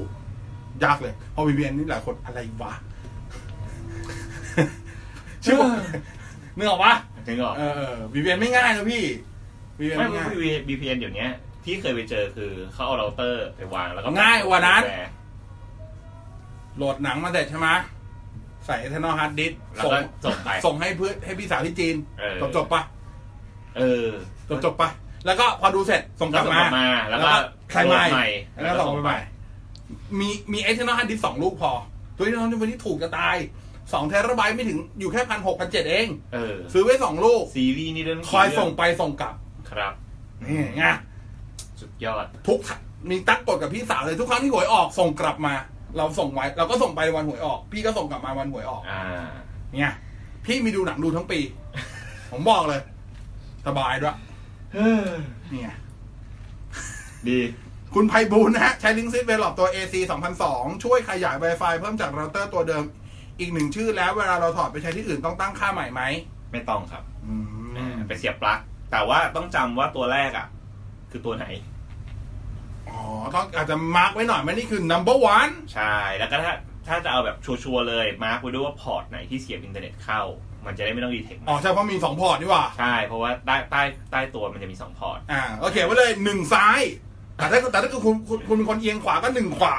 C: ยากเลยเพอ VPN นี่หลายคนอะไรวะ ชื่อผมนึกออกปะ
D: ถึงออก
C: เออ VPN ไม่ง่ายนะพี่ VPN
D: ไม่
C: ไม่ง่าย
D: ไม่ VPN เดี๋ยวนี้ที่เคยไปเจอคือเขาเอาเราเตอร์ไปวางแล้วก็
C: ง่ายกว่านั้น โหลดหนังมาเสร็จใช่ไหมใส่เทนอฮาร์ดดิส
D: แล้วก็ส่งไป
C: ส่งให้เพื่อนให้พี่สาวที่จีน
D: เออ
C: จบจบๆปะ
D: เออ
C: จบจบๆปะแล้วก็พอดูเสร็จส่งก
D: ก็
C: ลับ
D: ส่ง
C: มา
D: ลับมา แล้วก็
C: ใส่ใหม่
D: โหลด
C: แล้วก็ส่งไปใหม่มีมีเอเทนอลฮันดิสสองลูกพอ ตัวนี้น้องวันนี้ถูกจะตายสองเทราไบต์ไม่ถึงอยู่แค่พันหกพันเจ็ดเอง
D: เออ
C: ซื้อไว้สองลูก
D: ซีรีส์นี่เรื่อง
C: คอยส่งไปส่งกลับ
D: ครับ
C: นี่ไง
D: สุดยอด
C: ทุกมีตั้งกฎกับพี่สาวเลยทุกครั้งที่หวยออกส่งกลับมา เราส่งไว้เราก็ส่งไปวันหวยออก พี่ก็ส่งกลับมาวันหวยออก
D: อ่า
C: เนี่ยพี่มีดูหนังดูทั้งปี ผมบอกเลย สบายด้วยเนี่ย
D: ดี
C: คุณไพบูลย์นะฮะ ใช้ลิงก์ซิสเวลอบตัว AC 2002 ช่วยขยาย Wi-Fi เพิ่มจากเราเตอร์ตัวเดิม อีกหนึ่งชื่อแล้วเวลาเราถอดไปใช้ที่อื่นต้องตั้งค่าใหม่ไหม
D: ไม่ต้องครับ
C: อื
D: อ่าม ไปเสียบปลั๊ก แต่ว่าต้องจำว่าตัวแรกอ่ะ คือตัวไหน
C: อ๋อ ต้องอาจจะมาร์กไว้หน่อยไหมนี่คือ number one
D: ใช่ แล้วก็ถ้า ถ้าจะเอาแบบชัวร์ๆเลย มาร์กไว้ด้วยว่าพอร์ตไหนที่เสียบอินเทอร์เน็ตเข้า มันจะได้ไม่ต้องดีเทค
C: อ๋อ ใช่เพราะมี 2 พอร์ตนี่หว่า
D: ใช่ เพราะว่าใต้ใต้ใต้ตัวมันจะมีสองพอร์ต
C: อ่าโอเคไว้เลยหนึ่งซ้าย แต่ถ้าแต่ถ้าคุณคุณคุณเป็นคนเอียงขวาก็หนึ่งขวา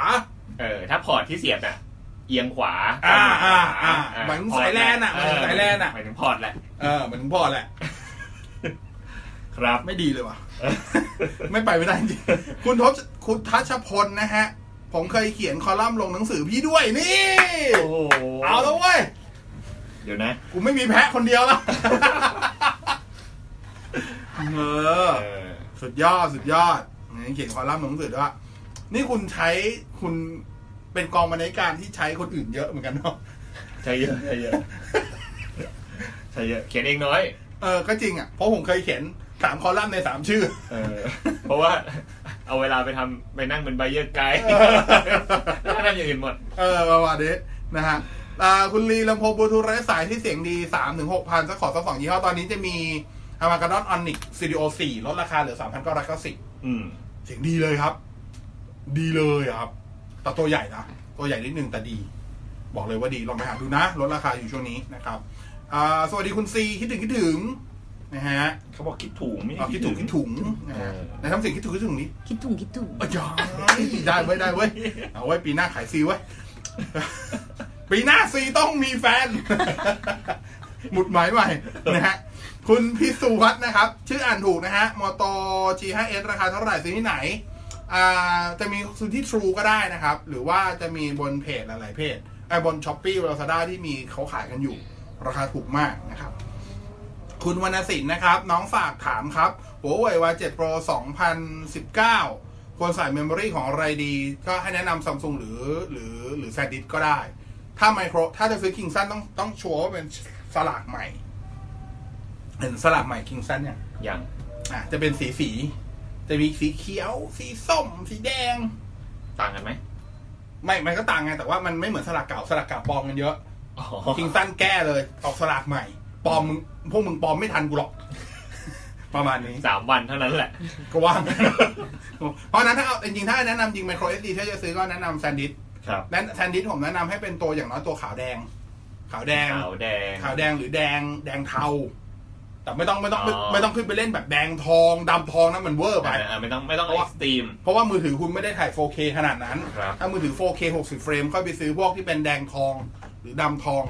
D: เออ ถ้าพอร์ตที่เสียบอ่ะ เอียงขวา
C: อ่าอ่าอ่า
D: อ่า
C: เหมือนสายแลนอะ
D: พร์ต
C: เหมือนสายแลนอะ
D: หมายถึงพอร์ตแหละ
C: เออเหมือนพอร์ตแหละ
D: ครับ
C: ไม่ดีเลยว่ะ ไม่ไปไม่ได้จริงคุณทศคุณทัชพลนะฮะ ผมเคยเขียนคอลัมน์ลงหนังสือพี่ด้วยนี่
D: โอ้โห
C: เอาแล้วเว้ย
D: เดี๋ยวนะ
C: กูไม่มีแพ้คนเดียวละ เออ
D: เออ
C: สุดยอดสุดยอดนี่เขียนคอลัมน์ลงหนังสือด้วยว่านี่คุณใช้คุณเป็นกองบรรณาธิการที่ใช้คนอื่นเยอะเหมือนกันเนาะ
D: ใช่เยอะใช่เยอะ ใช่เยอะเขียนเองน้อย
C: เออ ก็จริงอ่ะ เพราะผมเคยเขียนสามคอลัมน์ในสามชื่อ
D: เออ เพราะว่า เอาเวลาไปทำไปนั่งเป็นไบเยอร์ไกด์ แล้วก็ทำอย่างอื่นหมด
C: เออประมาณนี้นะฮะอ่าคุณลีลำโพงบลูทูธไร้สายที่เสียงดี 3 6 0 0 สักขอสักสองยี่ห้อ ตอนนี้จะมีอามากาดอนออนิกสตูดิโอ4ลดราคาเหลือ 3,990
D: อืม
C: เสียงดีเลยครับ ดีเลยครับ แต่ตัวใหญ่นะ ตัวใหญ่นิดนึงแต่ดี บอกเลยว่าดี ลองไปหาดูนะ ลดราคาอยู่ช่วงนี้นะครับอ่าสวัสดีคุณซี คิดถึงคิดถึงนะฮะ
D: เขาบอกคิดถูกไม่ใช่
C: อ๋อคิดถึงคิดถึงนะฮะในทำเสียงคิดถึงคิดถึงนี้
E: คิดถุงคิดถุง
C: อายอยได้เว้ยได้เว้ยเอาไว้ปีหน้าขายซีเว้ยปีหน้าซีต้องมีแฟน หมุดหมายใหม่นะฮะคุณพิสุวัตนะครับ ชื่ออ่านถูกนะฮะมอตจี 5S ราคาเท่าไหร่ซื้อที่ไหน อ่าจะมีซื้อที่ True ก็ได้นะครับ หรือว่าจะมีบนเพจหลายๆเพจไอ้ยบน s h อ p e e Lazada ที่มีเขาขายกันอยู่ ราคาถูกมากนะครับ คุณวรรณสินนะครับ น้องฝากถามครับหัวเว่ยวา7 Pro 2019 ควรใส่เมมโมรีของอะไรดี ก็ให้แนะนำซัมซุงหรือหรือหรือแซดิสก็ได้ ถ้าไมโคร ถ้าจะซื้อคิงซันต้องต้องชัวร์ว่าเป็นสลากใหม่ เห็นสลากใหม่คิงซันเนี่ย
D: อย่าง
C: อ่ะ จะเป็นสีสี จะมีสีเขียว สีส้ม สีแดง
D: ต่างกันไหม
C: ไม่ มันก็ต่างไง แต่ว่ามันไม่เหมือนสลากเก่า สลากเก่าปลอมกันเยอะ
D: อ๋อ
C: คิงสันแก้เลย ออกสลากใหม่ ปลอมมึง พวกมึงปลอมไม่ทันกูหรอก ประมาณนี้
D: สามวันเท่านั้นแหละ
C: ก็ว่าง เพราะฉะนั้นถ้าเอาจริงๆถ้าแนะนำจริงไมโครเอสดีถ้าจะซื้อก็แนะนำแซนดิส
D: ครับ
C: แซนดิสผมแนะนำให้เป็นตัวอย่างน้อยตัวขาวแดง ขาวแดง
D: ขาวแดง
C: ขาวแดงหรือแดงแดงเทา แต่ไม่ต้องไม่ต้อง
D: อ๋อ
C: ไม่ต้องขึ้นไปเล่นแบบแดงทองดำทองนะมันเวอร์ไป
D: อ่าไม่ต้องไม่ต้อง
C: เพราะ
D: เอ็
C: ว่า
D: กซ์ตรีม
C: เพราะว่ามือถือคุณไม่ได้ถ่าย 4K ขนาดนั้น
D: ครับ
C: ถ้ามือถือ 4K 60 เฟรมก็ไปซื้อพวกที่เป็นแดงทองหรือดำทอง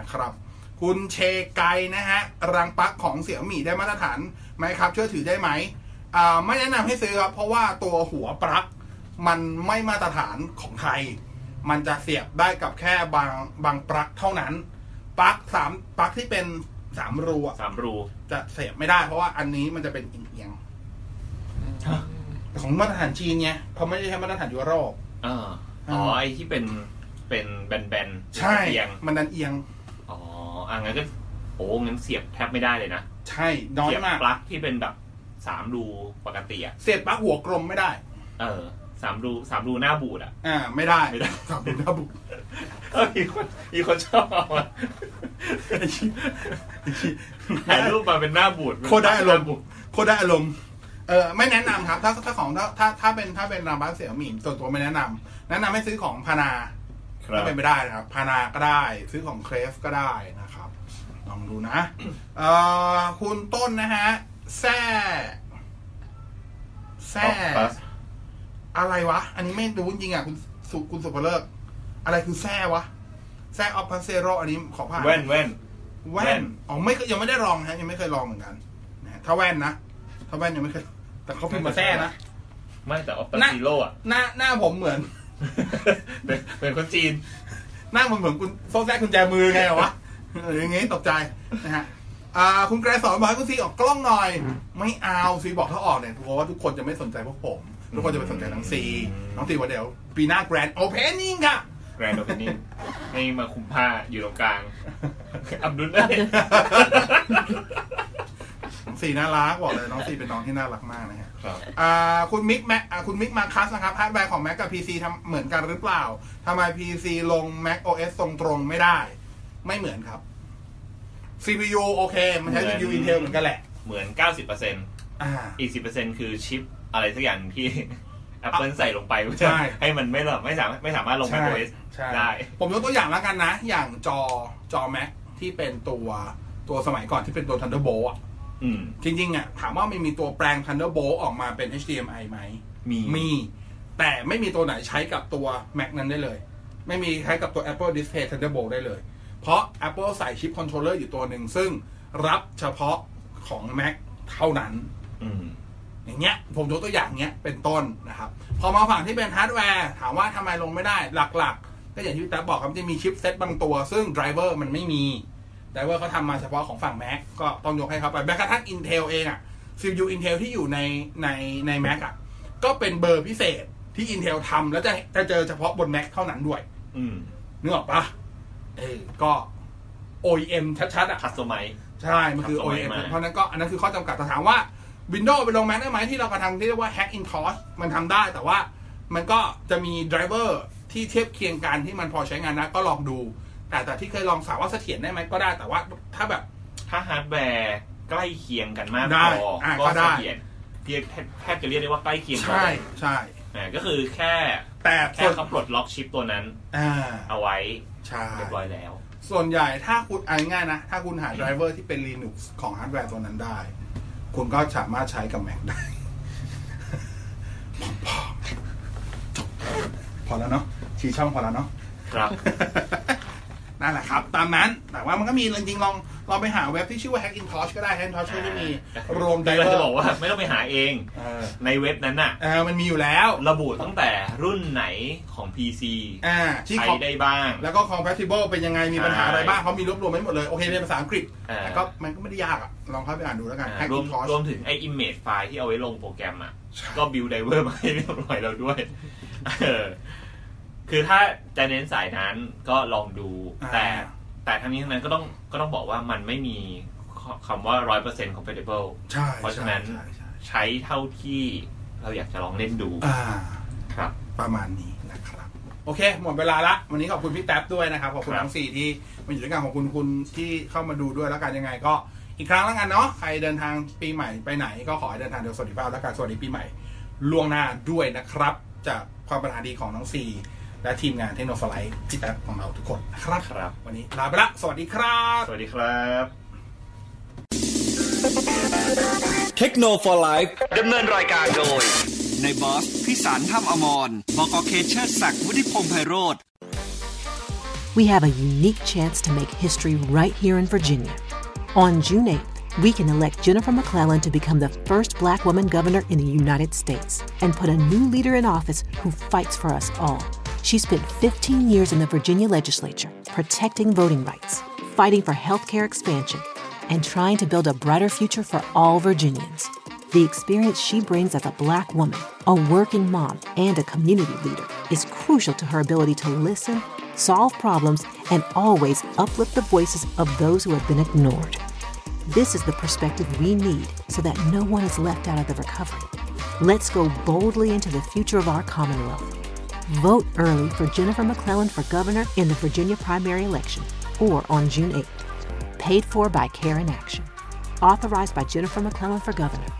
C: นะครับ คุณเชไกนะฮะ รังปลักของเสี่ยมี่ได้มาตรฐานไหมครับ เชื่อถือได้ไหมอ่าไม่แนะนำให้ซื้อครับ เพราะว่าตัวหัวปลั๊กมันไม่มาตรฐานของไทย มันจะเสียบได้กับแค่บางบางปลั๊กเท่านั้นปลั๊กสามปลั๊กที่เป็นสามรูอะ
D: สามรู
C: จะเสียบไม่ได้เพราะว่าอันนี้มันจะเป็นเอียงๆ
D: ฮะ
C: ของมาตรฐานจีนไงเขาไม่ได้ใช้มาตรฐานยุโรป
D: อ่าอ๋อไอที่เป็นเป็นแบนๆ
C: ใช่
D: เอียง
C: มันดันเอียง
D: อ๋ออ่ะงั้นก็โอ้งั้นเสียบแทบไม่ได้เลยนะ
C: ใช่ น้อย
D: เสีบ
C: มาก
D: ปลั๊กที่เป็นแบบสามรูปกติอ่ะ
C: เสียบปลั๊กหัวกลมไม่ได้
D: เออสามรูสามรูหน้าบูดอ่ะ
C: อ่า ไม่ได้
D: ไม่ได้
C: สามเป็นหน้าบุก
D: เออมีคนมีคนชอบเอาอะถ่ายรูปมาเป็นหน้าบูด
C: โคตรได้อารมณ์
D: เป็นหน้บูด
C: โคตรได้อารมณ์เออไม่แนะนำครับ ถ้าถ้าของถ้าถ้าถ้าเป็นถ้าเป็นรามบัสเสี่ยวหมี่ส่วนตัวไม่แนะนำแนะนำให้ซื้อของพานา
D: ครั
C: ถ้า
D: บ
C: เป็นไม่ได้นะครับ พานาก็ได้ ซื้อของเครฟก็ได้นะครับ ลองดูนะเอ่อคุณต้นนะฮะแซ่แซ่ อะไรวะ อันนี้ไม่รู้จริงๆอ่ะคุณสุคุณสุภเลิก อะไรคือแซ่วะ แซ่ออฟพาเซโรอันนี้ขอผ่าน
D: แว่นแว่น
C: แว่
D: แว่
C: น
D: น
C: อ๋อไม่เคยยังไม่ได้ลองนะฮะยังไม่เคยลองเหมือนกันนะฮะถ้าแว่นนะ ถ้าแว่นยังไม่เคย แต่เขาพิมพ์มาแซ่นะ
D: ไม่แต่ออฟตา
C: น่ะ
D: ซิโร่อะ
C: หน้าหน้าผม เหมือน
D: เป็นเป็นคนจีน
C: หน้ามันเหมือนคุณโซ่แซ่กุญแจมือไงวะเอออย่างงี้ตกใจนะฮะอ่าคุณไกรสอนบอกให้คุณซีออกกล้องหน่อย ไม่เอาซีบอกถ้าออกเนี่ยเพราะว่าทุกคนจะไม่สนใจพวกผม ทุกคนจะไปสนใจน้องซีน้องซีว่าเดี๋ยวปีหน้าแกรนด์โอเพนนิ่งค่ะ
D: แกรนด์โอเพนนิ่งนี่มาคุมผ้าอยู่ตรง กลาง อับดุลได้
C: น้องสีน่ารักบอกเลยน้องสีเป็นน้องที่น่ารักมากนะฮะ
D: ครับ
C: อ่าคุณมิกแมอ่าคุณมิกมาคัสนะครับฮาร์ดแวร์ของ Mac กับ PC ทำเหมือนกันหรือเปล่าทำไม PC ลง Mac OS ตรงตรงๆไม่ได้ ไม่เหมือนครับ CPU โอเค มันใช้ CPU Intel เหมือนกันแหละ
D: เหมือน 90%
C: อ่า
D: อีก 10%คือชิปอะไรสักอย่างที่ Apple ใส่ลงไปเพื่อ
C: ใช่
D: ให้มันไม่หลับไม่สามารถไม่สามารถลง macOS
C: ใช่
D: ได้
C: ผมยกตัวอย่างแล้วกันนะ อย่างจอจอ Mac ที่เป็นตัวตัวสมัยก่อนที่เป็นตัว Thunderbolt อ่ะ
D: อืม
C: จริงๆอ่ะถามว่ามันมีตัวแปลง Thunderbolt ออกมาเป็น HDMI ไหม
D: มี
C: มี แต่ไม่มีตัวไหนใช้กับตัว Mac นั้นได้เลย ไม่มีใช้กับตัว Apple Display Thunderbolt ได้เลย เพราะ Apple ใส่ชิปคอนโทรลเลอร์อยู่ตัวหนึ่ง ซึ่งรับเฉพาะของ Mac เท่านั้น
D: อืม
C: อย่างเงี้ย ผมยกตัวอย่างเงี้ยเป็นต้นนะครับ พอมาฝั่งที่เป็นฮาร์ดแวร์ถามว่าทำไมลงไม่ได้หลักๆ ก็อย่างที่พี่แต๊บบอกครับมันจะมีชิปเซตบางตัว ซึ่งไดรเวอร์มันไม่มี ไดรเวอร์เขาทำมาเฉพาะของฝั่ง Mac ก็ต้องยกให้เขาไปแม้กระทั่ง Intel เองอะ CPU Intel ที่อยู่ในในใน Mac อะก็เป็นเบอร์พิเศษที่ Intel ทำแล้วจะจะเจอเฉพาะบน Mac เท่านั้นด้วย
D: อืม
C: นึกออกปะเออก็ OEM ชัดๆอะ
D: คัสตอมไม
C: ใช่ มันคือ
D: ครับ
C: OEM
D: สมัยใหม่
C: เพราะฉะนั้นก็อันนั้นคือข้อจำกัดแต่ถามว่า Windows ไปลง Mac ได้ไหมที่เรากำลังที่เรียกว่า Hackintosh มันทำได้แต่ว่ามันก็จะมีไดรเวอร์ที่เทียบเคียงกันที่มันพอใช้งานนะก็ลองดู แต่แต่ที่เคยลองสามว่าเสถียรได้ไหมก็ได้แต่ว่าถ้าแบบ
D: ถ้าฮาร์ดแวร์ใกล้เคียงกันมาก
C: ได้
D: พอ
C: อ่ะ
D: ก็
C: ก็ได้
D: เสถียรเรียกแทบแทบจะเรียกได้ว่าใกล้เคียงกัน
C: ใช่ใช่
D: อ่าก็คือแค่
C: แต่
D: แค่
C: ส่วน
D: เขาปลดล็อกชิปตัวนั้น
C: อ่า
D: เอาไว้
C: ใช่
D: เรียบร้อยแล้ว
C: ส่วนใหญ่ถ้าคุณเอาง่ายๆนะ ถ้าคุณหาไดรเวอร์ที่เป็น Linux ของฮาร์ดแวร์ตัวนั้นได้ คุณก็สามารถใช้กับ Mac ได้ พอๆจบพอแล้วเนาะชี้ช่องพอแล้วเนาะ
D: ครับ
C: นั่นแหละครับ ตามนั้น แต่ว่ามันก็มีจริงๆลองลองไปหาเว็บที่ชื่อว่า Hackintosh ก็ได้ Hackintosh ก็มีรวมได
D: แต่
C: เว
D: เรา
C: อ
D: จะ
C: ร์
D: บอกว่าไม่ต้องไปหาเอง
C: เออ
D: ในเว็บนั้นน่ะ
C: เออมันมีอยู่แล้ว
D: ระบุตั้งแต่รุ่นไหนของ PC
C: อ่า ที่
D: ใช้
C: เขา
D: ได้บ้าง
C: แล้วก็ compatible เป็นยังไงมีปัญหาอะไร
D: ใช่
C: บ้างเขามีรวบรวมไว้หมดเลย โอเคเรียนภาษาอังกฤษ
D: อ่า
C: แต่ก็มันก็ไม่ได้ยากอะลองเข้าไปอ่านดูแล้วกัน
D: อ่ารวม
C: Hackintosh
D: รวมถึงไอ้ image ไฟล์ที่เอาไว้ลงโปรแกรมอ่ะ
C: ใช่
D: ก็บิวไดเวอร์มาให้เรียบร้อยแล้ว ด้วยเออคือถ้าจะเน้นสายนั้นก็ลองดู
C: อ่า
D: แต่แต่ทั้งนี้ทั้งนั้นก็ต้องก็ต้องบอกว่ามันไม่มีคำว่า 100% compatible
C: ใช่
D: เพราะฉะนั้น
C: ใช่ใช่
D: ใช้เท่าที่เราอยากจะลองเล่นดู
C: อ่า
D: ครับ
C: ประมาณนี้นะครับ โอเค หมดเวลาละ วันนี้ขอบคุณพี่แท็บด้วยนะครับ ขอบคุณ
D: ครับ
C: ทั้งสี่ที่มาอยู่ด้วยกันขอบคุณคุณที่เข้ามาดูด้วยแล้วกันยังไงก็ อีกครั้งแล้วกันเนาะใครเดินทางปีใหม่ไปไหนก็ขอให้เดินทางโดยสวัสดิภาพและการสวัสดีปีใหม่ล่วงหน้าด้วยนะครับ จากความประหาดีของน้องซี และทีมงานเทคโนโลยีพี่แท็บของเราทุกคนนะครับ
D: ครับ
C: วันนี้ลาไปละสวัสดีครับ
D: สวัสดีครับ
B: เทคโนโลยี
F: ดำเนินรายการโดย
A: ในบอสพิสารถ้ำอมรบอกเคเชอร์ศักดิ์วุฒิพงษ์ไพโรธ
G: we have a unique chance to make history right here in Virginia. On June 8th, we can elect Jennifer McClellan to become the first black woman governor in the United States and put a new leader in office who fights for us all. She spent 15 years in the Virginia legislature, protecting voting rights, fighting for health care expansion, and trying to build a brighter future for all Virginians. The experience she brings as a black woman, a working mom, and a community leader is crucial to her ability to listen, solve problems, and always uplift the voices of those who have been ignored. This is the perspective we need so that no one is left out of the recovery. Let's go boldly into the future of our Commonwealth. Vote early for Jennifer McClellan for governor in the Virginia primary election or on June 8th. Paid for by Care in Action. Authorized by Jennifer McClellan for governor.